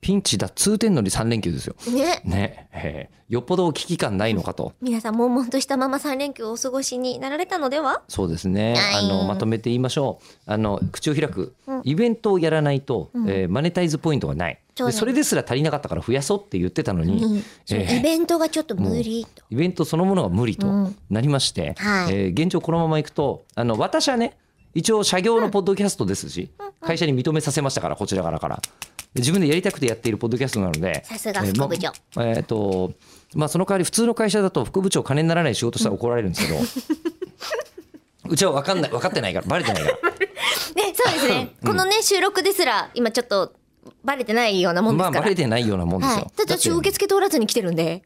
ピンチだ通天のり3連休ですよ。ね。ね、えーよっぽど危機感ないのかと。皆さん、悶々としたまま3連休をお過ごしになられたのではそうですね。はあいのまとめて言いましょう。あの口を開くうん。イベントをやらないと、うんえーマネタイズポイントがない。そうだねでそれですら足りなかったから増やそうって言ってたのうに、んそのええイベントがちょっと無理と。イベントそのものが無理とうんなりまして、はいえー現状このままいくとあの私はね一応社業のポッドキャストですし、会社に認めさせましたからこちらからからで自分でやりたくてやっているポッドキャストなのでさすが副部長えーまえーとまあ、その代わり普通の会社だと副部長金にならない仕事したら怒られるんですけど、 うちは分かんない分かってないからバレてないからね、そうですね。このね、収録ですら、今ちょっと、バレてないような もんでますあから。バレてないようなもんですよ。はい。だって私、だ受付通らずに来てるんで。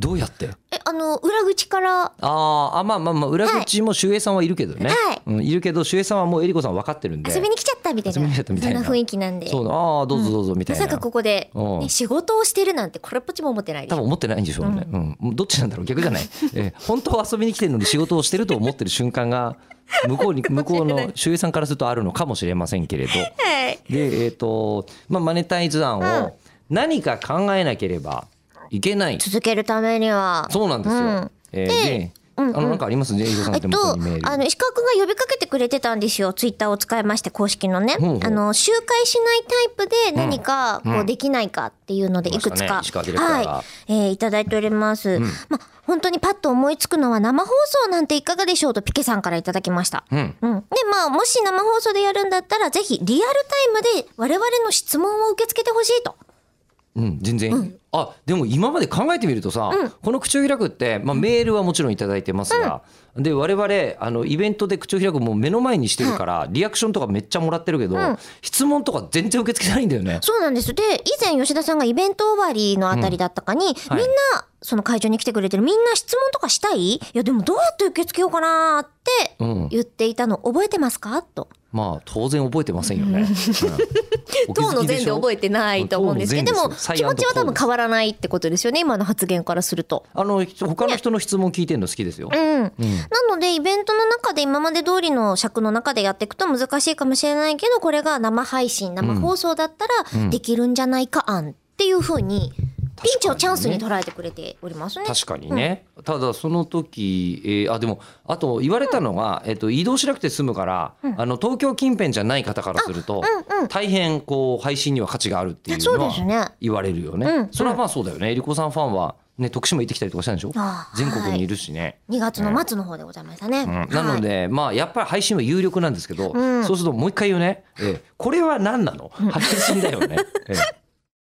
どうやってえ、あの、裏口から、あーあまあまあまあ裏口も秀平さんはいるけどね、はいうん、いるけど秀平さんはもうえりこさん分かってるんで遊びに来ちゃったみたいな。遊びに来ちゃったみたいなそんな雰囲気なんで。そうだああどうぞどうぞみたまいな、さかここで、うね、ん仕事をしてるなんて、これっぽっちも思ってないで多す。分思ってないんでしょうね、うんどっちなんだろう逆じ ゃない、えー本当は遊びに来てるのに仕事をしてると思ってる瞬間が向こう に向こうの周平さんからするとあるのかもしれませんけれどはい。でえっ、と、まあ、マネタイズ案うんを何か考えなければいけない、続けるためには。そうなんですよ、うんえーで、うんうんあのなんかありますね、エイゴさんのえっ手と元にメー、ル。あの石川くんが呼びかけてくれてたんですよ。ツイッターを使いまして公式のね、ほうほうあの周回しないタイプで何かうんこううんできないかっていうのでいくつ来か、ましたね石川ディレクターがはい、えー、いただいております。まあ本当にパッと思いつくのは生放送なんていかがでしょうとピケさんからいただきました。うんうん、でまあもし生放送でやるんだったらぜひリアルタイムで我々の質問を受け付けてほしいと。うん、全然いい、あでも今まで考えてみるとさ、この口を開くって、まあ、メールはもちろんいただいてますが、で我々あのイベントで口を開くもう目の前にしてるから、リアクションとかめっちゃもらってるけど、ん質問とか全然受け付けないんだよね。そうなんです。で、以前吉田さんがイベント終わりのあたりだったかに、はいみんな、その会場に来てくれてるみんな質問とかしたいいや、でもどうやって受け付けようかなーってうん、言っていたの覚えてますかと。まあ当然覚えてませんよ ね。うん当のお気づき前しでょ覚えてないと思うんですけど、で当の前もですよ気持ちはサイアンド多分コール変わらないってことですよね、今の発言からすると。あの他の人の質問聞いてるの好きですよう。うん。なんので、イベントの中で今まで通りの尺の中でやっていくと難しいかもしれないけど、これが生配信、生放送だったうんうらんできるんじゃないか案っていうふうに、ピンチをチャンスに確捉えてくれておりますね。確かにね、ただその時、えーあでもあと言われたのが、えっと移動しなくて済むから、あの東京近辺じゃない方からすると、うんうん大変こう配信には価値があるっていうそうのですねは言われるよねうんうんそれはまあそうだよねえりこさんファンは、ね、徳島行ってきたりとかしたんでしょあー全国にいるしね、 2月の末の方でございましたね。うんなのはい、で、まあやっぱり配信は有力なんですけど、うん そうするともう一回言うね、えーこれは何なの配信だよね、えー